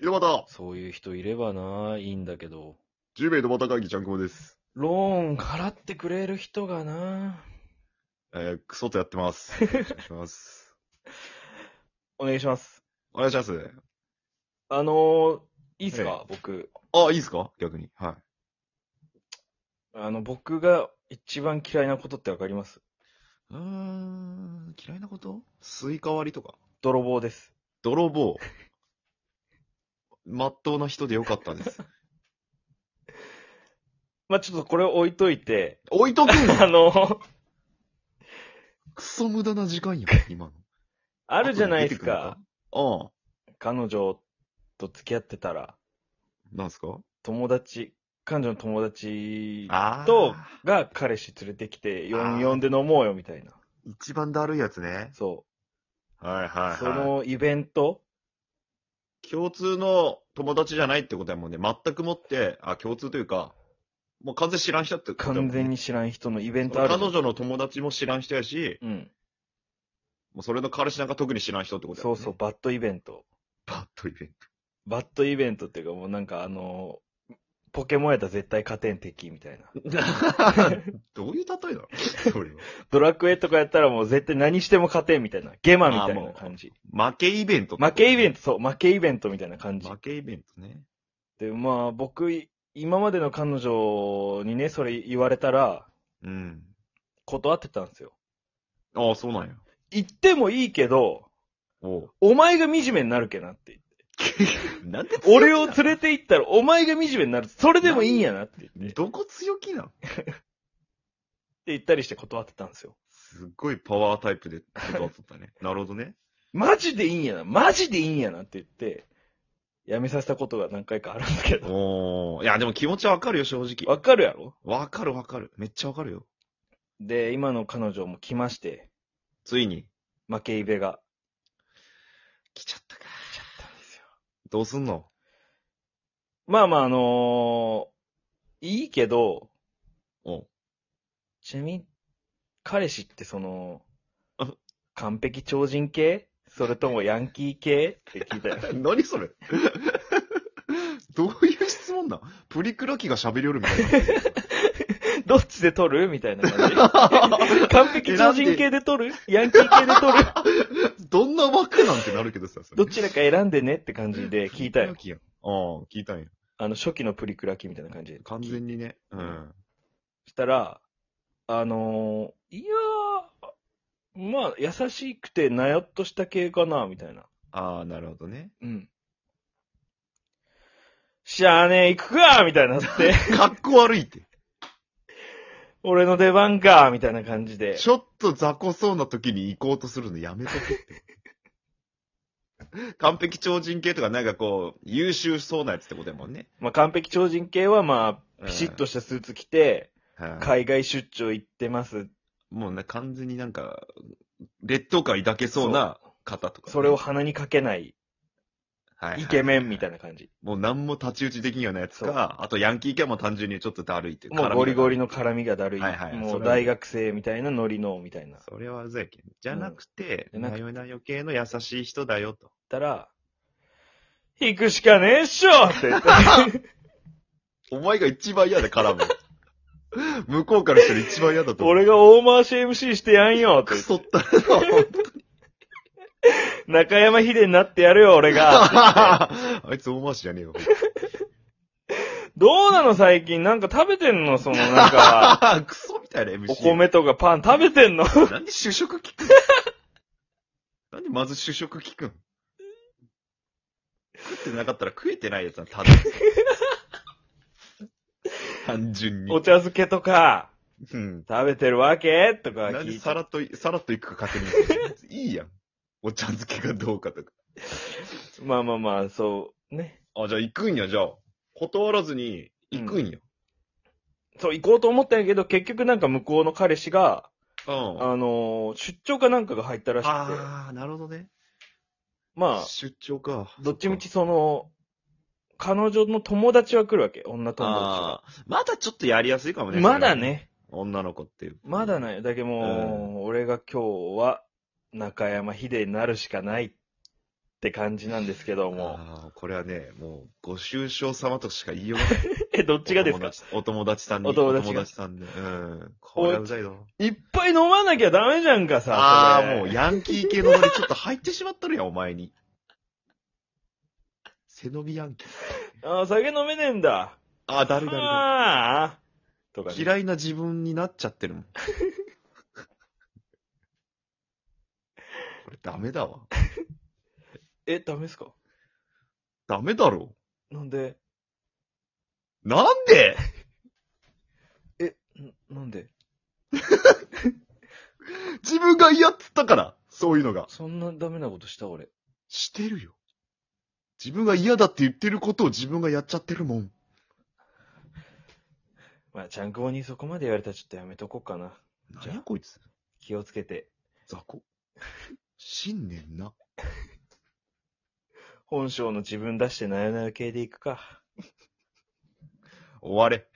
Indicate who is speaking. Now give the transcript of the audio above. Speaker 1: 井戸端、
Speaker 2: そういう人いればな、いいんだけど。
Speaker 1: 10名井戸端会議ちゃんくもです。
Speaker 2: ローン払ってくれる人がな。
Speaker 1: えー、クソとやってます。お願いします。
Speaker 2: お願いします。
Speaker 1: お願いします。
Speaker 2: あのー、いいっす
Speaker 1: は
Speaker 2: か、僕。
Speaker 1: あ、いいですか逆に。はい。
Speaker 2: あの、僕が一番嫌いなことってわかります
Speaker 1: うーん、嫌いなことスイカ割りとか。
Speaker 2: 泥棒です。
Speaker 1: 泥棒。まっとうな人でよかったです。
Speaker 2: まあ、ちょっとこれを置いと いて、
Speaker 1: 置いとくん
Speaker 2: あ
Speaker 1: の
Speaker 2: のー、
Speaker 1: クソ無駄な時間やん、今の。
Speaker 2: あるじゃないです
Speaker 1: 後出て
Speaker 2: か。
Speaker 1: くるのか。ああ、
Speaker 2: 彼女と付き合ってたら、
Speaker 1: なんすか
Speaker 2: 友達、彼女の友達
Speaker 1: あ
Speaker 2: と、が彼氏連れてきて、44で飲もうよみたいな。
Speaker 1: 一番だるいやつね。
Speaker 2: そ
Speaker 1: はいは
Speaker 2: う。そのイベント
Speaker 1: 共通の友達じゃないってことやもんね。全くもって、あ、共通というか、もう完全に知らん人ってことやもん
Speaker 2: 完
Speaker 1: ね
Speaker 2: 全に知らん人のイベントある
Speaker 1: 彼
Speaker 2: じゃん。
Speaker 1: 女の友達も知らん人やし、
Speaker 2: うん。
Speaker 1: もうそれの彼氏なんか特に知らん人ってことや
Speaker 2: そ
Speaker 1: もん
Speaker 2: う
Speaker 1: ね。
Speaker 2: そう、。バッドイベント。
Speaker 1: バッドイベン
Speaker 2: バッドイベントっていうかもうなんかあの、ポケモンやったら絶対勝てん敵み たいな。
Speaker 1: ト。どういう例えだろそれ
Speaker 2: ドラクエとかやったらもう絶対何しても勝てんみたいな。ゲマみたい
Speaker 1: あも
Speaker 2: な
Speaker 1: う
Speaker 2: 感じ。
Speaker 1: は。負けイベントってこと
Speaker 2: 負けイベント、そう、負けイベントみたいな感じ
Speaker 1: 負。けイベントね。
Speaker 2: で、まあ僕、い今までの彼女にね、それ言われたら、
Speaker 1: うん。
Speaker 2: 断ってたんですよ。
Speaker 1: ああ、そうなんや。
Speaker 2: 言ってもいいけど、
Speaker 1: おう
Speaker 2: お前が惨めになるけなって言って。
Speaker 1: なんで
Speaker 2: 俺を連れて行ったらお前が惨めになる。それでもいいんやなって言って。って
Speaker 1: どこ強気なん
Speaker 2: 言ったりして断ってたんですよ。
Speaker 1: すっごいパワータイプで断っとったね。 なるほどね。
Speaker 2: マジでいいんやな、マジでいいんやなって言って、やめさせたことが何回かあるんですけど。
Speaker 1: おー。いや、でも気持ちはわかるよ、正直。
Speaker 2: わかるやろ
Speaker 1: わかるわかる。めっちゃわかるよ。
Speaker 2: で、今の彼女も来まして、
Speaker 1: ついに。
Speaker 2: 負けイベが
Speaker 1: 来ちゃったか。
Speaker 2: 来ちゃったんですよ。
Speaker 1: どうすんの
Speaker 2: まあまあ、あのー、いいけど、
Speaker 1: おう
Speaker 2: ちなみに、彼氏ってその
Speaker 1: あ、
Speaker 2: 完璧超人系それともヤンキー系って聞い たよ。
Speaker 1: 何それ どういう質問だプリクラ機が喋りよるみたいな。
Speaker 2: どっちで取るみたいな感じ。完璧超人系で取るヤンキー系で取る
Speaker 1: どんな枠なんてなるけどさ、それ
Speaker 2: どっちらか選んでねって感じで聞いたよ
Speaker 1: プ。リクラ機やんああ、聞いたんや。
Speaker 2: あの、初期のプリクラ機みたいな感じで。
Speaker 1: 完全にね。うん。
Speaker 2: したら、あのーいやー、まあ、優しくてなやっとした系かな、みたいな。
Speaker 1: ああ、なるほど ね。
Speaker 2: うん。しゃあねえ、行くかみたいにな って、
Speaker 1: かっこ悪いって。
Speaker 2: 俺の出番かみたいな感じで。
Speaker 1: ちょっと雑魚そうな時に行こうとするのやめとけ って。完璧超人系とかなんかこう、優秀そうなやつってことやもんね。
Speaker 2: まあ、完璧超人系は、ま
Speaker 1: う
Speaker 2: あ、
Speaker 1: ん
Speaker 2: ピシッとしたスーツ着て、
Speaker 1: はい。
Speaker 2: 海外出張行ってます。
Speaker 1: もうね、完全になんか、劣等感抱けそうな方とかね、
Speaker 2: それを鼻にかけない、イケメンみた
Speaker 1: い
Speaker 2: いな感じ。
Speaker 1: な。もう何も太刀打ちできんようなやつ
Speaker 2: そう
Speaker 1: か、あとヤンキー系はもう単純にちょっとだるいっていう
Speaker 2: もうゴリゴリ
Speaker 1: の。
Speaker 2: の絡みがだるい。
Speaker 1: はいはい
Speaker 2: も
Speaker 1: それ
Speaker 2: う
Speaker 1: は
Speaker 2: 大学生みたいなノリの、みたいな。だっ
Speaker 1: それはうざいけん。じゃなくて、
Speaker 2: うんじゃな
Speaker 1: な
Speaker 2: くて
Speaker 1: よなよ系の優しい人だよと。
Speaker 2: たら、行くしかねえっしょって言って。
Speaker 1: お前が一番嫌で絡 む。向こうからしたら一番嫌だと思う。
Speaker 2: 俺が大回し MC してやんよって
Speaker 1: ク
Speaker 2: 言って。
Speaker 1: ソ ったれの。
Speaker 2: 中山秀になってやるよ、俺 が。
Speaker 1: あいつ大回しじゃねえよ。
Speaker 2: どうなの最近なんか食べてんのそのなん か、
Speaker 1: クソみたいな MC。
Speaker 2: お米とかパン食べてん の
Speaker 1: なんで主食聞くのなんでまず主食聞くん食ってなかったら食えてないやつはただ。 単純に。
Speaker 2: お茶漬けとか、
Speaker 1: うん。
Speaker 2: 食べてるわけとか
Speaker 1: なん
Speaker 2: 聞
Speaker 1: で
Speaker 2: い
Speaker 1: さ
Speaker 2: て。
Speaker 1: らっと、さらっといくか確認する。 いいやん。お茶漬けがどうかとか。
Speaker 2: まあまあまあ、そう、ね。
Speaker 1: あ、じゃあ行くんや、じゃあ。断らずに行くんや。
Speaker 2: そう、行こうと思ったんやけど、結局なんか向こうの彼氏が、
Speaker 1: うん。
Speaker 2: あのー出張かなんかが入ったらしくて、
Speaker 1: あー、なるほどね。
Speaker 2: まあ、
Speaker 1: 出張か。
Speaker 2: どっちみちその、彼女の友達は来るわけ、女友達
Speaker 1: あ
Speaker 2: は。
Speaker 1: ーまだちょっとやりやすいかもね。
Speaker 2: まだね。
Speaker 1: 女の子っていう。
Speaker 2: まだない。だけどもう、俺が今日は中山秀になるしかないっって感じなんですけども。
Speaker 1: あーこれはね、もう、ご愁傷様としか言いようがない。
Speaker 2: え、どっちがですか
Speaker 1: お友達さんに。
Speaker 2: お友達が
Speaker 1: さんで。うん。これはうざいぞ。
Speaker 2: いっぱい飲まなきゃダメじゃんかさ。
Speaker 1: あ
Speaker 2: そ
Speaker 1: あ、
Speaker 2: れ
Speaker 1: もう、ヤンキー系のノリちょっと入ってしまったるやん、お前に。背伸びヤンキー。
Speaker 2: あー酒飲めねえんだ。
Speaker 1: ああ、だるだるだ
Speaker 2: ああ。とか
Speaker 1: る。
Speaker 2: ね、
Speaker 1: 嫌いな自分になっちゃってるもん。これダメだわ。
Speaker 2: え、ダメですか
Speaker 1: ダメだろ。
Speaker 2: なんで
Speaker 1: なんで
Speaker 2: え、んなんで
Speaker 1: 自分が嫌っつったから、そういうのが。
Speaker 2: そんなダメなことした俺。
Speaker 1: してるよ。自分が嫌だって言ってることを自分がやっちゃってるもん。
Speaker 2: まあ、ちゃんくぼにそこまで言われたらちょっとやめとこうかな。
Speaker 1: 何やこいつ。
Speaker 2: 気をつけて。
Speaker 1: 雑 魚。信念な。
Speaker 2: 本性の自分出してなよなよ系でいくか。
Speaker 1: 終われ。